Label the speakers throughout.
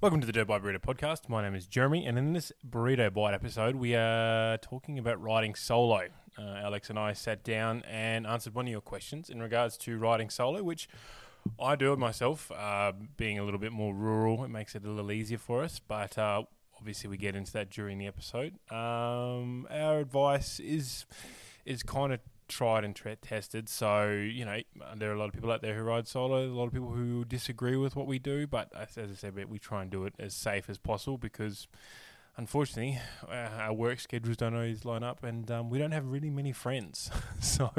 Speaker 1: Welcome to the Dirt by Burrito podcast. My name is Jeremy, and in this Burrito Bite episode, we are talking about riding solo. Uh, Alex and I sat down and answered one of your questions in regards to riding solo, which I do it myself. Uh, being a little bit more rural, it makes it a little easier for us, but uh, obviously we get into that during the episode. Um, our advice is is kind of tried and tre- tested. So you know, there are a lot of people out there who ride solo. A lot of people who disagree with what we do. But as, as I said, we- we try and do it as safe as possible because, unfortunately, uh, our work schedules don't always line up, and um, we don't have really many friends. so,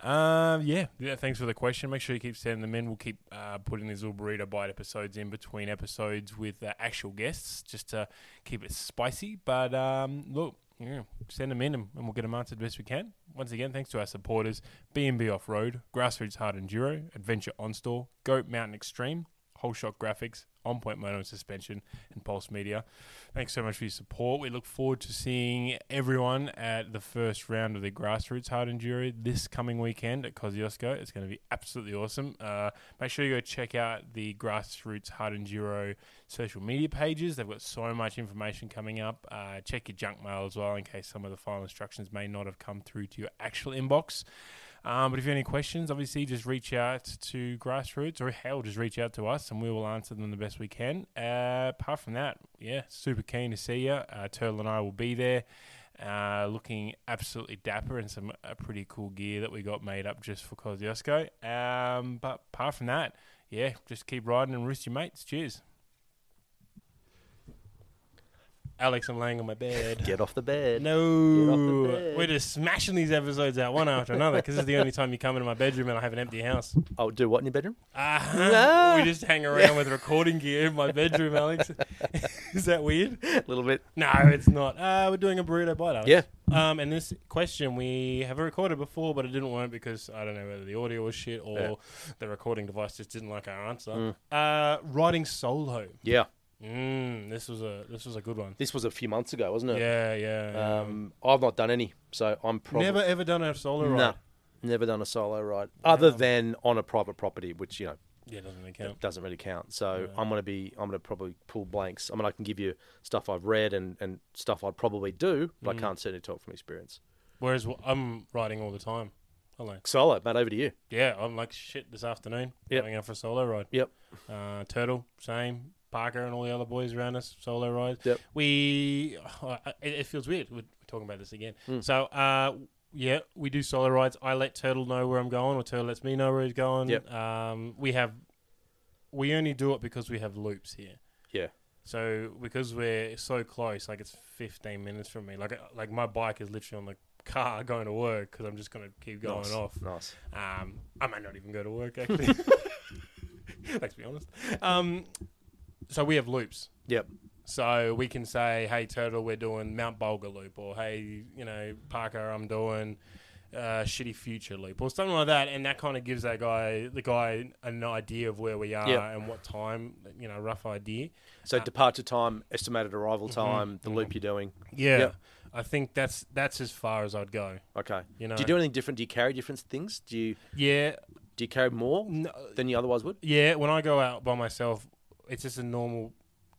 Speaker 1: um, yeah, yeah. Thanks for the question. Make sure you keep sending them in. We'll keep uh, putting these little burrito bite episodes in between episodes with uh, actual guests, just to keep it spicy. But um, look. Yeah, send them in and, and we'll get them answered best we can. Once again, thanks to our supporters, B&B Off-Road, Grassroots Hard Enduro, Adventure On-Store, Goat Mountain Extreme, Whole Shot Graphics, On Point Mono and Suspension, and Pulse Media. Thanks so much for your support. We look forward to seeing everyone at the first round of the Grassroots Hard Enduro this coming weekend at Kosciuszko. It's going to be absolutely awesome. Uh, make sure you go check out the Grassroots Hard Enduro social media pages. They've got so much information coming up. Uh, check your junk mail as well in case some of the final instructions may not have come through to your actual inbox. Um, but if you have any questions, obviously just reach out to Grassroots or hell, just reach out to us and we will answer them the best we can. Uh, apart from that, yeah, super keen to see you. Uh, Turtle and I will be there. Uh, looking absolutely dapper and some uh, pretty cool gear that we got made up just for Kosciuszko. Um, but apart from that, yeah, just keep riding and roost your mates. Cheers. Alex, I'm laying on my bed.
Speaker 2: Get off the bed.
Speaker 1: No,
Speaker 2: Get off the bed.
Speaker 1: we're just smashing these episodes out one after another because this is the only time you come into my bedroom and I have an empty house.
Speaker 2: Oh, do what in your bedroom?
Speaker 1: Ah,
Speaker 2: No.
Speaker 1: we just hang around with recording gear in my bedroom, Alex. is that weird?
Speaker 2: A little bit.
Speaker 1: No, it's not. Uh, we're doing a burrito bite, Alex.
Speaker 2: Yeah.
Speaker 1: Um, and this question we have recorded before, but it didn't work because I don't know whether the audio was shit or
Speaker 2: Yeah. Mm.
Speaker 1: the recording device just didn't like our answer. Uh, riding solo.
Speaker 2: Yeah.
Speaker 1: Mm, this was a this was a good one.
Speaker 2: This was a few months ago, wasn't it?
Speaker 1: Yeah, yeah. yeah.
Speaker 2: Um, I've not done any, so I'm probably
Speaker 1: Never ever done a solo ride.
Speaker 2: Nah, never done a solo ride other than on a private property, which you know
Speaker 1: Yeah, doesn't really count.
Speaker 2: doesn't really count. So I'm gonna be I'm gonna probably pull blanks. I mean, I can give you stuff I've read and and stuff I'd probably do, but
Speaker 1: Mm.
Speaker 2: I can't certainly talk from experience.
Speaker 1: Whereas wh- I'm riding all the time. Hello.
Speaker 2: Solo, mate. Over to you.
Speaker 1: Yeah, I'm like shit this afternoon.
Speaker 2: Yep.
Speaker 1: Going out for a solo ride.
Speaker 2: Yep.
Speaker 1: Uh, Turtle, same. Parker and all the other boys around us, solo rides.
Speaker 2: Yep.
Speaker 1: We, oh, it, it feels weird. We're, we're talking about this again.
Speaker 2: Hmm.
Speaker 1: So, uh, yeah, we do solo rides. I let Turtle know where I'm going, or Turtle lets me know where he's going.
Speaker 2: Yep.
Speaker 1: Um, we have, we only do it because we have loops here.
Speaker 2: Yeah.
Speaker 1: So because we're so close, like it's 15 minutes from me. Like uh, like my bike is literally on the car going to work because I'm just gonna keep going
Speaker 2: nice.
Speaker 1: off.
Speaker 2: Nice.
Speaker 1: Um, I might not even go to work actually. Let's be honest. Um, so we have loops.
Speaker 2: Yep.
Speaker 1: So we can say, "Hey Turtle, we're doing Mount Bulga Loop," or "Hey, you know Parker, I'm doing uh, Shitty Future Loop," or something like that, and that kind of gives that guy the guy an idea of where we are
Speaker 2: Yeah.
Speaker 1: and what time, you know, rough idea.
Speaker 2: So departure time, estimated arrival
Speaker 1: Mm-hmm.
Speaker 2: time, the loop you're doing.
Speaker 1: Yeah,
Speaker 2: Yep.
Speaker 1: I think that's that's as far as I'd go.
Speaker 2: Okay.
Speaker 1: You know.
Speaker 2: Do you do anything different? Do you carry different things? Do you
Speaker 1: Yeah,
Speaker 2: do you carry more
Speaker 1: No.
Speaker 2: than you otherwise would?
Speaker 1: yeah. When I go out by myself, it's just a normal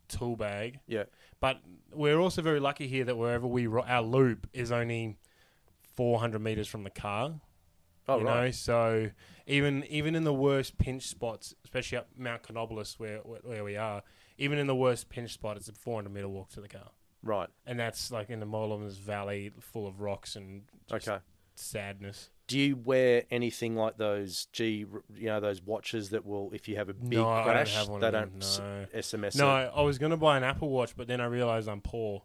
Speaker 1: tool bag.
Speaker 2: Yeah.
Speaker 1: But we're also very lucky here that wherever we ro- our loop is only 400 meters from the car.
Speaker 2: Oh
Speaker 1: you
Speaker 2: right.
Speaker 1: know, so even even in the worst pinch spots, especially up Mount Canopolis where where where we are, even in the worst pinch spot, it's a 400 meter walk to the car,
Speaker 2: Right.
Speaker 1: and that's like in the Molomans Valley, full of rocks and just
Speaker 2: Okay.
Speaker 1: sadness.
Speaker 2: Do you wear anything like those G, you know, those watches that will, if you have a big
Speaker 1: No, I don't
Speaker 2: crash,
Speaker 1: have one
Speaker 2: they
Speaker 1: of them,
Speaker 2: don't s-
Speaker 1: no.
Speaker 2: SMS
Speaker 1: No,
Speaker 2: it?
Speaker 1: I was gonna buy an Apple Watch, but then I realized I'm poor.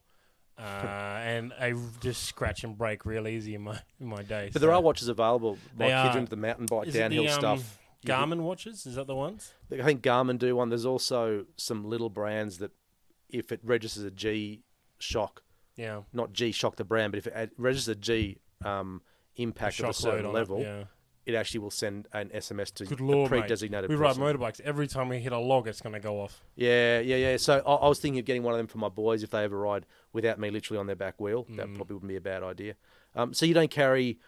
Speaker 1: Uh, and I just scratch and break real easy in my in my day.
Speaker 2: But there
Speaker 1: so-
Speaker 2: are watches available.
Speaker 1: They
Speaker 2: My kids
Speaker 1: are.
Speaker 2: into the mountain bike,
Speaker 1: Is it
Speaker 2: downhill
Speaker 1: the, um,
Speaker 2: stuff. You
Speaker 1: Garmin watches, is that the ones?
Speaker 2: I think Garmin do one. There's also some little brands that, if it registers a G shock,
Speaker 1: Yeah.
Speaker 2: not G shock the brand, but if it ad- registers a G um, impact of a
Speaker 1: Shock load
Speaker 2: certain
Speaker 1: on
Speaker 2: level,
Speaker 1: it,
Speaker 2: it,
Speaker 1: yeah.
Speaker 2: actually will send an SMS to
Speaker 1: Good
Speaker 2: the
Speaker 1: lord, mate.
Speaker 2: pre-designated
Speaker 1: We
Speaker 2: person.
Speaker 1: ride motorbikes. Every time we hit a log, it's going to go off.
Speaker 2: Yeah, yeah, yeah. So I, I was thinking of getting one of them for my boys if they ever ride without me literally on their back wheel. That
Speaker 1: Mm.
Speaker 2: probably wouldn't be a bad idea. Um, so you don't carry,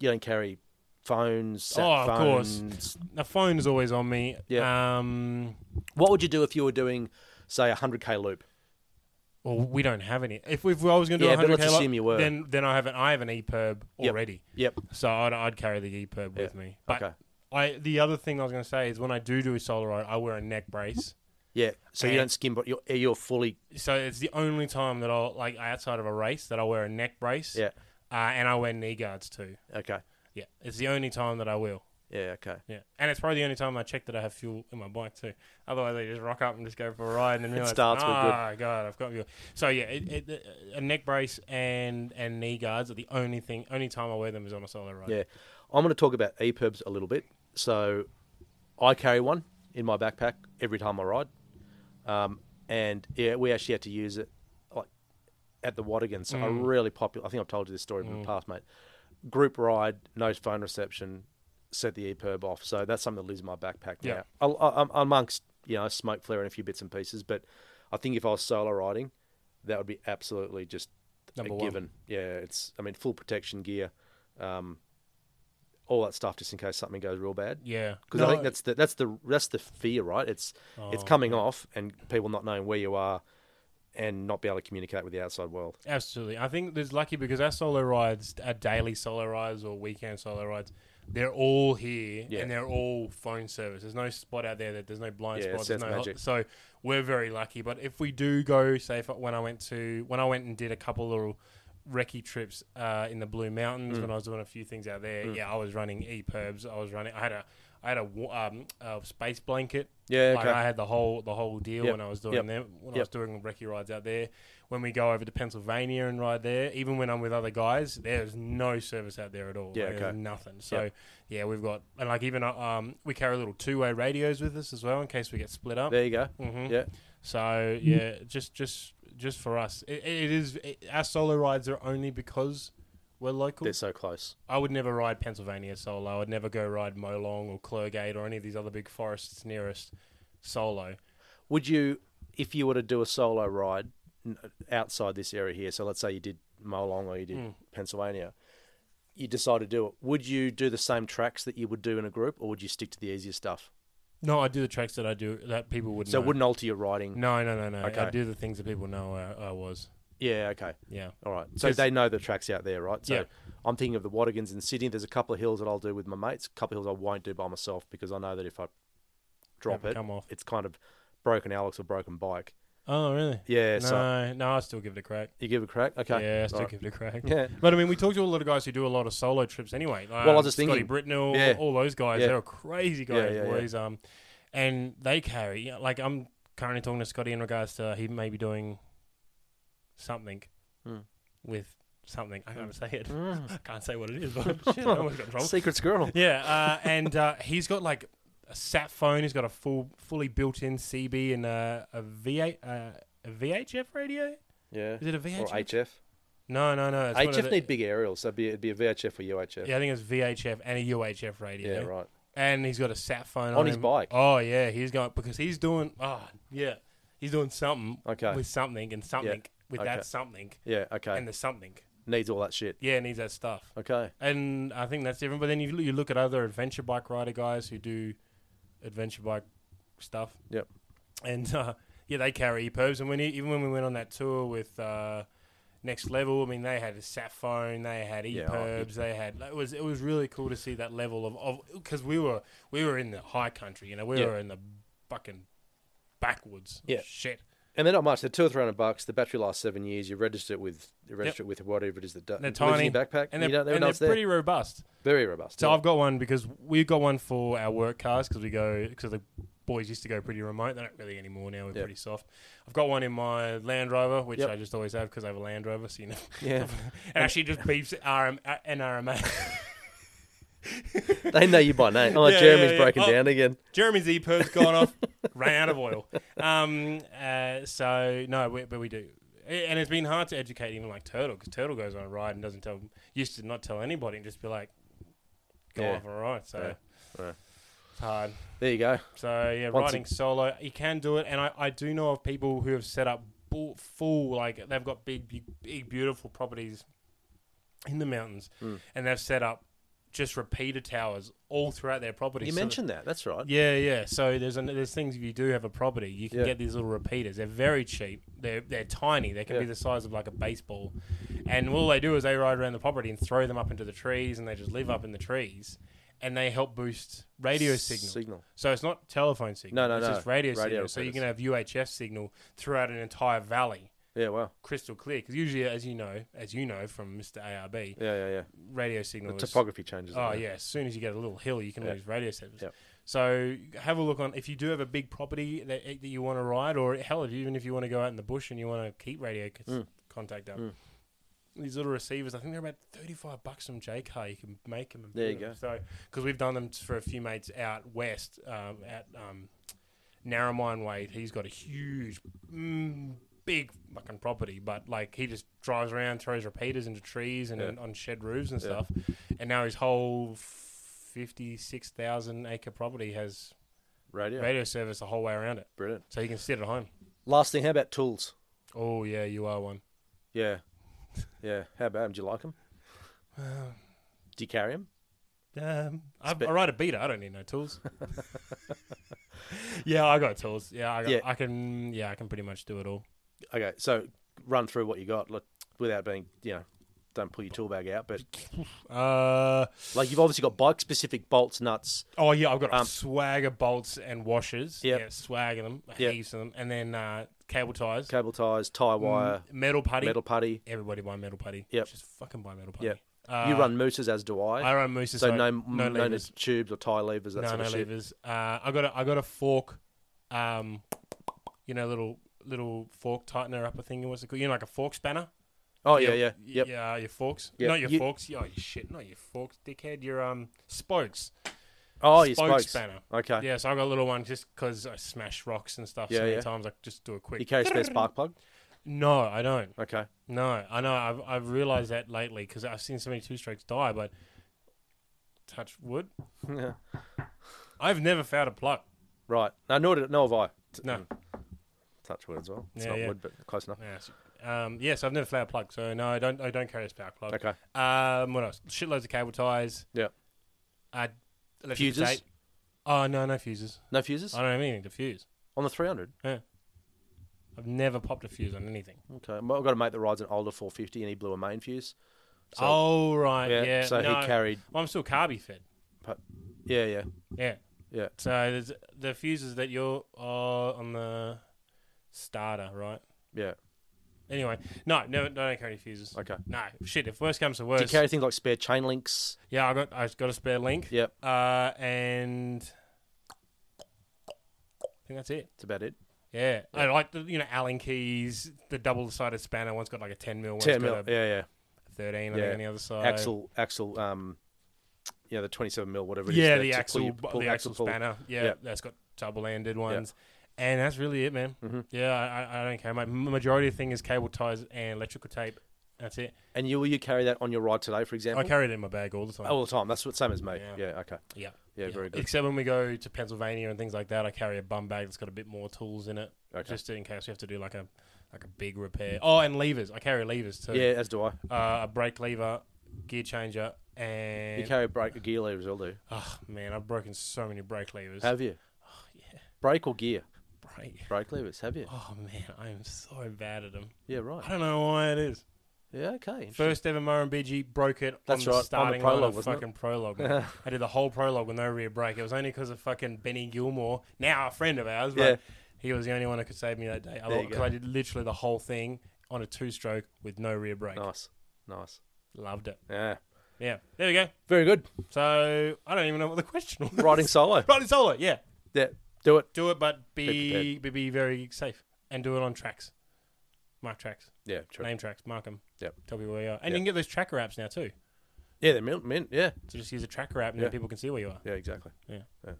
Speaker 2: you don't carry phones. Sat
Speaker 1: Oh, of course.
Speaker 2: phones.
Speaker 1: The phone is always on me.
Speaker 2: Yeah.
Speaker 1: Um,
Speaker 2: What would you do if you were doing say a hundred k loop.
Speaker 1: Well, we don't have any. If, we if I was going to
Speaker 2: Yeah,
Speaker 1: do
Speaker 2: but
Speaker 1: 100
Speaker 2: let's
Speaker 1: k
Speaker 2: assume you were.
Speaker 1: then then I have an I have an EPUB
Speaker 2: Yep.
Speaker 1: already,
Speaker 2: Yep.
Speaker 1: so I'd, I'd carry the EPUB
Speaker 2: Yeah.
Speaker 1: with me. But
Speaker 2: Okay.
Speaker 1: I the other thing I was going to say is when I do do a solar ride, I wear a neck brace.
Speaker 2: Yeah. So you
Speaker 1: And-
Speaker 2: don't skim, but you're you're fully.
Speaker 1: So it's the only time that I'll like outside of a race that I wear a neck brace.
Speaker 2: Yeah.
Speaker 1: uh, and I wear knee guards too.
Speaker 2: Okay.
Speaker 1: Yeah, it's the only time that I will.
Speaker 2: Yeah. Okay.
Speaker 1: Yeah, and it's probably the only time I check that I have fuel in my bike too. Otherwise, I just rock up and just go for a ride, and then
Speaker 2: It
Speaker 1: realize,
Speaker 2: starts with good-
Speaker 1: ah, god, I've got fuel. So yeah, it, it, a neck brace and and knee guards are the only thing. Only time I wear them is on a solo ride.
Speaker 2: Yeah. I'm going to talk about E EPIRBs a little bit. So I carry one in my backpack every time I ride. Um, and yeah, we actually had to use it like at the Wadigans. So a
Speaker 1: Mm.
Speaker 2: really popular, I think I've told you this story in the past, mate. Group ride, no phone reception, set the E EPIRB off. So that's something that lives in my backpack
Speaker 1: Yeah.
Speaker 2: now. Al- um, amongst, you know, smoke flare and a few bits and pieces. But I think if I was solo riding, that would be absolutely just
Speaker 1: Number
Speaker 2: a
Speaker 1: one.
Speaker 2: given. Yeah, it's, I mean, full protection gear. Um, all that stuff just in case something goes real bad.
Speaker 1: yeah.
Speaker 2: Because I think that's the that's the that's the fear, right? It's it's coming off and people not knowing where you are and not be able to communicate with the outside world.
Speaker 1: absolutely. I think there's lucky because our solo rides, our daily solo rides or weekend solo rides, they're all here
Speaker 2: Yeah.
Speaker 1: and they're all phone service. There's no spot out there that there's no blind
Speaker 2: Yeah, it
Speaker 1: spots.
Speaker 2: sounds
Speaker 1: there's no hot-
Speaker 2: magic.
Speaker 1: so we're very lucky. But if we do go, say, if, when I went to when I went and did a couple little recce trips uh, in the Blue
Speaker 2: Mm.
Speaker 1: Mountains, when I was doing a few things out there, yeah, I was running e perbs. I was running. I had a I had a wa- um, a space blanket.
Speaker 2: Yeah,
Speaker 1: like
Speaker 2: okay.
Speaker 1: I had the whole the whole deal
Speaker 2: Yep,
Speaker 1: when I was doing
Speaker 2: yep,
Speaker 1: them when I
Speaker 2: yep.
Speaker 1: was doing recce rides out there. When we go over to Pennsylvania and ride there, even when I'm with other guys, there's no service out there at all.
Speaker 2: Yeah,
Speaker 1: Like, there's
Speaker 2: okay.
Speaker 1: nothing. So yeah, we've got and like even uh, um we carry little two way radios with us as well in case we get split up.
Speaker 2: There you go.
Speaker 1: Mhm.
Speaker 2: Yeah.
Speaker 1: So yeah, just just just for us, it, it is it, our solo rides are only because we're local.
Speaker 2: They're so close.
Speaker 1: I would never ride Pennsylvania solo. I'd never go ride Molong or Clergate or any of these other big forests nearest solo.
Speaker 2: Would you if you were to do a solo ride n- outside this area here, so let's say you did Molong or you did Pennsylvania, you decide to do it, would you do the same tracks that you would do in a group or would you stick to the easier stuff?
Speaker 1: No, I do the tracks that I do that people would.
Speaker 2: So
Speaker 1: know.
Speaker 2: it wouldn't alter your riding.
Speaker 1: No, no, no, no. I
Speaker 2: Okay.
Speaker 1: do the things that people know I, I was.
Speaker 2: Yeah, okay.
Speaker 1: Yeah.
Speaker 2: All right. So
Speaker 1: 'Cause-
Speaker 2: they know the tracks out there, right? So
Speaker 1: Yeah.
Speaker 2: I'm thinking of the Wadigans in Sydney. There's a couple of hills that I'll do with my mates, a couple of hills I won't do by myself because I know that if I drop
Speaker 1: Haven't
Speaker 2: it,
Speaker 1: come off.
Speaker 2: it's kind of broken Alex or broken bike.
Speaker 1: Oh, really?
Speaker 2: Yeah, so
Speaker 1: No, no, I still give it a crack.
Speaker 2: you give it a crack? Okay.
Speaker 1: Yeah, I still
Speaker 2: Alright.
Speaker 1: give it a crack.
Speaker 2: Yeah.
Speaker 1: But I mean, we talked to a lot of guys who do a lot of solo trips anyway. Like,
Speaker 2: Well, I was just
Speaker 1: Scotty
Speaker 2: thinking-
Speaker 1: Britnell,
Speaker 2: yeah.
Speaker 1: all those guys,
Speaker 2: Yeah.
Speaker 1: they're crazy
Speaker 2: Yeah,
Speaker 1: guys,
Speaker 2: yeah, yeah.
Speaker 1: boys. Um, and they carry like I'm currently talking to Scotty in regards to he may be doing something
Speaker 2: Hmm.
Speaker 1: with something. I can't say it.
Speaker 2: Mm.
Speaker 1: I can't say what it is. But shit, I almost got in trouble.
Speaker 2: Secret squirrel.
Speaker 1: Yeah, uh, and uh, he's got like a sat phone. He's got a full, fully built-in CB and a, a V8, uh, a VHF radio.
Speaker 2: Yeah.
Speaker 1: Is it a VHF?
Speaker 2: Or HF.
Speaker 1: No, no, no. it's one of
Speaker 2: HF
Speaker 1: the-
Speaker 2: need big aerials. So it'd be, it'd be a VHF or UHF.
Speaker 1: Yeah, I think it's VHF and a UHF radio.
Speaker 2: Yeah, right.
Speaker 1: And he's got a sat phone on,
Speaker 2: On his
Speaker 1: him.
Speaker 2: bike.
Speaker 1: Oh yeah, he's going because he's doing. Oh yeah, he's doing something.
Speaker 2: Okay.
Speaker 1: With something and something with
Speaker 2: okay.
Speaker 1: that something
Speaker 2: Yeah, okay.
Speaker 1: and the something.
Speaker 2: Needs all that shit.
Speaker 1: Yeah, it needs that stuff.
Speaker 2: Okay.
Speaker 1: And I think that's different. But then you you look at other adventure bike rider guys who do adventure bike stuff.
Speaker 2: Yep.
Speaker 1: and uh, yeah, they carry EPUBs. And when he- even when we went on that tour with uh, Next Level, I mean, they had a sat phone, they had EPUBs,
Speaker 2: Yeah, I-
Speaker 1: they had it was it was really cool to see that level of of because we were we were in the high country, you know, we
Speaker 2: Yeah.
Speaker 1: were in the fucking backwoods. of
Speaker 2: Yeah.
Speaker 1: shit.
Speaker 2: And they're not much. They're two or three hundred bucks. The battery lasts seven years. You register it with you register it with whatever it is that do-
Speaker 1: They're
Speaker 2: lives in
Speaker 1: tiny
Speaker 2: your backpack.
Speaker 1: and
Speaker 2: you
Speaker 1: they're,
Speaker 2: don't even
Speaker 1: and
Speaker 2: know
Speaker 1: they're
Speaker 2: it's there.
Speaker 1: pretty robust.
Speaker 2: Very robust.
Speaker 1: So
Speaker 2: yeah.
Speaker 1: I've got one because we got one for our work cars because we go because the boys used to go pretty remote. They don't really anymore now. We're
Speaker 2: Yeah.
Speaker 1: pretty soft. I've got one in my Land Rover, which
Speaker 2: Yep.
Speaker 1: I just always have because I have a Land Rover. So you know,
Speaker 2: Yeah.
Speaker 1: and actually just beeps RM, uh, NRMA.
Speaker 2: They know you by name. Oh,
Speaker 1: Yeah,
Speaker 2: Jeremy's
Speaker 1: yeah, yeah.
Speaker 2: breaking
Speaker 1: Oh.
Speaker 2: down again.
Speaker 1: Jeremy's EPUB's gone off, ran out of oil. Um, uh, so no, we, but we do, and it's been hard to educate even like Turtle because Turtle goes on a ride and doesn't tell, used to not tell anybody and just be like, go
Speaker 2: Yeah.
Speaker 1: off and ride. So
Speaker 2: Yeah, yeah.
Speaker 1: it's hard.
Speaker 2: There you go.
Speaker 1: So yeah,
Speaker 2: Once
Speaker 1: riding solo, you can do it, and I, I do know of people who have set up bu- full like they've
Speaker 2: Hmm.
Speaker 1: got big big, big beautiful properties in the mountains, and they've set up just repeater towers all throughout their property.
Speaker 2: You
Speaker 1: So-
Speaker 2: mentioned that. That's right.
Speaker 1: yeah, yeah. So there's an, there's things if you do have a property, you can
Speaker 2: Yeah.
Speaker 1: get these little repeaters. They're very cheap. They're they're tiny. They can
Speaker 2: Yeah.
Speaker 1: be the size of like a baseball. And all they do is they ride around the property and throw them up into the trees, and they just live up in the trees, and they help boost radio signal.
Speaker 2: Signal.
Speaker 1: So it's not telephone signal.
Speaker 2: No, no,
Speaker 1: it's
Speaker 2: no.
Speaker 1: just radio,
Speaker 2: Radio
Speaker 1: signal. So you can have
Speaker 2: repeaters.
Speaker 1: UHF signal throughout an entire valley,
Speaker 2: Yeah. Wow.
Speaker 1: crystal clear. Because usually, as you know, as you know from Mr. ARB,
Speaker 2: Yeah. Yeah. Yeah.
Speaker 1: radio signal is
Speaker 2: Topography changes.
Speaker 1: Oh
Speaker 2: it,
Speaker 1: yeah, as soon as you get a little hill, you can
Speaker 2: Yeah.
Speaker 1: lose radio service.
Speaker 2: Yep.
Speaker 1: So have a look on if you do have a big property that, that you want to ride, or hell, if- even if you want to go out in the bush and you want to keep radio c- contact up.
Speaker 2: Mm.
Speaker 1: These little receivers, I think they're about thirty-five bucks from JK. You can make them. And
Speaker 2: There
Speaker 1: put
Speaker 2: you
Speaker 1: them.
Speaker 2: go.
Speaker 1: So because we've done them for a few mates out west um, at um, Narromine Way. He's got a huge, mm, big fucking property, but like he just drives around, throws repeaters into trees and
Speaker 2: Yeah.
Speaker 1: on- on shed roofs and
Speaker 2: Yeah.
Speaker 1: stuff. And now his whole fifty-six thousand acre property has
Speaker 2: Radio.
Speaker 1: radio service the whole way around it,
Speaker 2: Brilliant.
Speaker 1: so you can sit at home.
Speaker 2: Last thing. How about tools?
Speaker 1: Oh yeah, you are one.
Speaker 2: Yeah. Yeah. How about 'em? Do you like them? Do you carry them?
Speaker 1: Um, I,
Speaker 2: Spe-
Speaker 1: I ride a beater. I don't need no tools. yeah, I got tools. Yeah, I got,
Speaker 2: Yeah.
Speaker 1: I can. Yeah, I can pretty much do it all.
Speaker 2: Okay. So run through what you got, like, without being, you know, don't pull your tool bag out. But
Speaker 1: Uh,
Speaker 2: like, you've obviously got bike specific bolts, nuts.
Speaker 1: Oh yeah, I've got a
Speaker 2: Um,
Speaker 1: swag of bolts and washers.
Speaker 2: Yep.
Speaker 1: Yeah, swag in them,
Speaker 2: Yep.
Speaker 1: heaps of them, and then uh, cable ties,
Speaker 2: cable ties, tie wire,
Speaker 1: metal Mm, putty.
Speaker 2: metal putty.
Speaker 1: Everybody buy metal putty.
Speaker 2: Yep.
Speaker 1: just fucking buy metal putty.
Speaker 2: Yep.
Speaker 1: Uh,
Speaker 2: you run mooses as do I.
Speaker 1: I run mooses.
Speaker 2: so, no,
Speaker 1: no
Speaker 2: no, no
Speaker 1: levers.
Speaker 2: tubes or tie levers. That
Speaker 1: No,
Speaker 2: sort
Speaker 1: no
Speaker 2: of shit.
Speaker 1: levers. Uh, I got a I got a fork, um, you know, little little fork tightener up a thing. What's it called? You know, like a fork spanner.
Speaker 2: Oh yeah, yeah,
Speaker 1: yeah.
Speaker 2: yep.
Speaker 1: Yeah, your forks.
Speaker 2: Yep.
Speaker 1: Not your
Speaker 2: You-
Speaker 1: forks. Oh shit, not your forks, dickhead. Your um spokes.
Speaker 2: Oh, you
Speaker 1: Spoke
Speaker 2: spoke
Speaker 1: spanner.
Speaker 2: Okay.
Speaker 1: Yeah, so I got a little one just because I smash rocks and stuff. so
Speaker 2: Yeah,
Speaker 1: many
Speaker 2: yeah.
Speaker 1: times I just do a quick.
Speaker 2: You carry a spare spark plug.
Speaker 1: No, I don't.
Speaker 2: Okay.
Speaker 1: No, I know. I've I've realized that lately because I've seen so many two strokes die. But touch wood,
Speaker 2: Yeah.
Speaker 1: I've never found a plug.
Speaker 2: Right. No, nor did, nor have I. T- mm.
Speaker 1: No,
Speaker 2: Touch wood as well. It's
Speaker 1: Yeah,
Speaker 2: not
Speaker 1: yeah.
Speaker 2: wood, but close enough.
Speaker 1: Yeah, it's- um, yes, I've never found a plug. So no, I don't. I don't carry a spark plug.
Speaker 2: Okay.
Speaker 1: Um, what else? Shitloads of cable ties.
Speaker 2: Yeah.
Speaker 1: Uh, electric
Speaker 2: Fuses?
Speaker 1: tape. Oh no, no fuses.
Speaker 2: No fuses
Speaker 1: I don't have anything to fuse.
Speaker 2: on the 300.
Speaker 1: I've never popped a fuse on anything.
Speaker 2: Okay. Well, I've got a mate that rides an older 450, and he blew a main fuse. So,
Speaker 1: oh right, yeah.
Speaker 2: So
Speaker 1: no.
Speaker 2: he carried.
Speaker 1: Well, I'm still carby fed.
Speaker 2: Yeah, yeah.
Speaker 1: Yeah.
Speaker 2: Yeah.
Speaker 1: So there's the fuses that you're uh, on the starter, right?
Speaker 2: Yeah.
Speaker 1: Anyway, no, no, no, I don't carry any fuses.
Speaker 2: Okay.
Speaker 1: No, shit. If worst comes to
Speaker 2: Do you
Speaker 1: worst,
Speaker 2: carry things like spare chain links?
Speaker 1: yeah, I got, I got a spare link.
Speaker 2: Yep.
Speaker 1: Uh, and I think that's it.
Speaker 2: That's about it.
Speaker 1: Yeah, I like the you know Allen keys, the double-sided spanner. One's got like a ten mil, one's
Speaker 2: 10
Speaker 1: got
Speaker 2: mil.
Speaker 1: a
Speaker 2: Yeah, yeah.
Speaker 1: thirteen. I
Speaker 2: Yeah.
Speaker 1: think on the other side.
Speaker 2: Axle, axle. Um, yeah, the 27 mil, whatever. It is.
Speaker 1: Yeah,
Speaker 2: that
Speaker 1: the
Speaker 2: to pull
Speaker 1: axle,
Speaker 2: your-
Speaker 1: bu-
Speaker 2: pull-
Speaker 1: the axle
Speaker 2: pull.
Speaker 1: spanner. Yeah,
Speaker 2: Yeah.
Speaker 1: that's got double-ended ones, and that's really it, man.
Speaker 2: Mm-hmm.
Speaker 1: Yeah, I, I- I don't care. My majority of the thing is cable ties and electrical tape. That's it.
Speaker 2: And you will you carry that on your ride today, for
Speaker 1: I
Speaker 2: example?
Speaker 1: carry it in my bag all the time.
Speaker 2: All the time. That's what same as me.
Speaker 1: Yeah.
Speaker 2: Yeah. okay.
Speaker 1: yeah,
Speaker 2: Oh, Yeah, very good.
Speaker 1: Except when we go to Pennsylvania and things like that, I carry a bum bag that's got a bit more tools in it,
Speaker 2: Okay.
Speaker 1: just in case we have to do like a like a big repair. Oh, and levers. I carry levers too.
Speaker 2: yeah, as do I.
Speaker 1: uh, a brake lever, gear changer, and
Speaker 2: You carry a brake or gear lever as well, do you?
Speaker 1: oh man, I've broken so many brake levers.
Speaker 2: Have you?
Speaker 1: oh,
Speaker 2: Brake or gear?
Speaker 1: brake.
Speaker 2: Brake levers, have you?
Speaker 1: Oh man, I am so bad at them.
Speaker 2: Yeah, right.
Speaker 1: I don't know why it is.
Speaker 2: Yeah, okay.
Speaker 1: First ever Murrumbidgee broke it
Speaker 2: That's
Speaker 1: on the
Speaker 2: right, on the
Speaker 1: starting line
Speaker 2: prologue,
Speaker 1: of
Speaker 2: wasn't it?
Speaker 1: fucking prologue. I did the whole prologue with no rear brake. It was only because of fucking Benny Gilmore, now a friend of ours, but he was the only one who could save me that day.
Speaker 2: There you
Speaker 1: Because
Speaker 2: go.
Speaker 1: I did literally the whole thing on a two-stroke with no rear brake.
Speaker 2: Nice. Nice.
Speaker 1: Loved it.
Speaker 2: Yeah.
Speaker 1: Yeah, there we go.
Speaker 2: Very good.
Speaker 1: So I don't even know what the question was.
Speaker 2: Riding solo.
Speaker 1: riding solo. Yeah,
Speaker 2: Yeah. Do it.
Speaker 1: do it, but be
Speaker 2: prepared.
Speaker 1: be, be very safe and do it on tracks. Mark tracks,
Speaker 2: Yeah, true.
Speaker 1: name tracks, mark them.
Speaker 2: Yep.
Speaker 1: Tell people where you are, and you
Speaker 2: Yep.
Speaker 1: can get those tracker apps now too.
Speaker 2: Yeah, they're mint, mint. Yeah.
Speaker 1: So just use a tracker app, and
Speaker 2: Yeah.
Speaker 1: then people can see where you are.
Speaker 2: Yeah, exactly.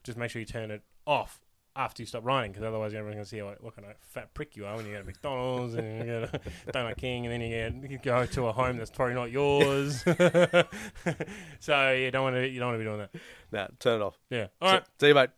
Speaker 1: Just make sure you turn it off after you stop riding, because otherwise everyone's gonna see what, what kind of fat prick you are when you go to McDonald's and you go to Donut King, and then you, get, you go to a home that's probably not yours. so you don't want to you don't want to be doing that.
Speaker 2: Now, turn it off.
Speaker 1: Yeah. All right.
Speaker 2: See you, mate.